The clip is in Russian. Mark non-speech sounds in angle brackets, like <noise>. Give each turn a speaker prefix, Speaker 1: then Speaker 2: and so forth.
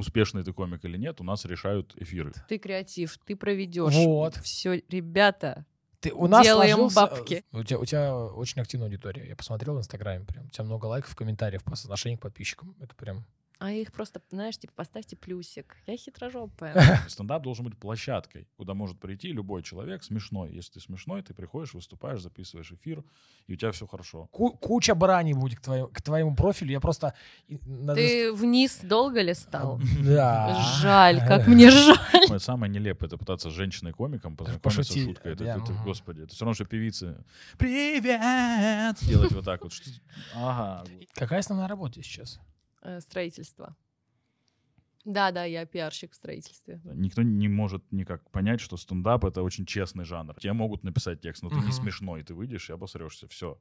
Speaker 1: успешный ты комик или нет, у нас решают эфиры.
Speaker 2: Ты креатив, ты проведешь.
Speaker 3: Вот.
Speaker 2: Все, ребята,
Speaker 3: Ты, у нас
Speaker 2: Делаем
Speaker 3: сложился- э,
Speaker 2: бабки.
Speaker 3: У тебя, у тебя очень активная аудитория. Я посмотрел в Инстаграме прям. У тебя много лайков, комментариев по соотношению к подписчикам. Это прям...
Speaker 2: а их просто, знаешь, типа поставьте плюсик. Я хитрожопая.
Speaker 1: Стендап должен быть площадкой, куда может прийти любой человек смешной. Если ты смешной, ты приходишь, выступаешь, записываешь эфир, и у тебя все
Speaker 3: <laughs>
Speaker 1: хорошо.
Speaker 3: Ку- куча бараней будет к, твоему- к твоему профилю. Я просто... и- надо-
Speaker 2: Ты вниз долго листал?
Speaker 3: Да.
Speaker 2: Жаль,
Speaker 3: <laughs>
Speaker 2: как мне жаль.
Speaker 1: Ой, Самое нелепое это пытаться с женщиной-комиком познакомиться
Speaker 3: Пошути,
Speaker 1: шуткой. Это,
Speaker 3: да,
Speaker 1: это- это,
Speaker 3: мгм.
Speaker 1: господи, это все равно, что певицы «Привет!» делать вот так вот. Что- Ага.
Speaker 3: Какая основная работа сейчас?
Speaker 2: Э, Строительство. Да, да, я пиарщик в строительстве.
Speaker 1: Никто не может никак понять, что стендап — это очень честный жанр. Тебе могут написать текст, но ты не
Speaker 3: Мгм.
Speaker 1: смешной, ты выйдешь и обосрешься. Все.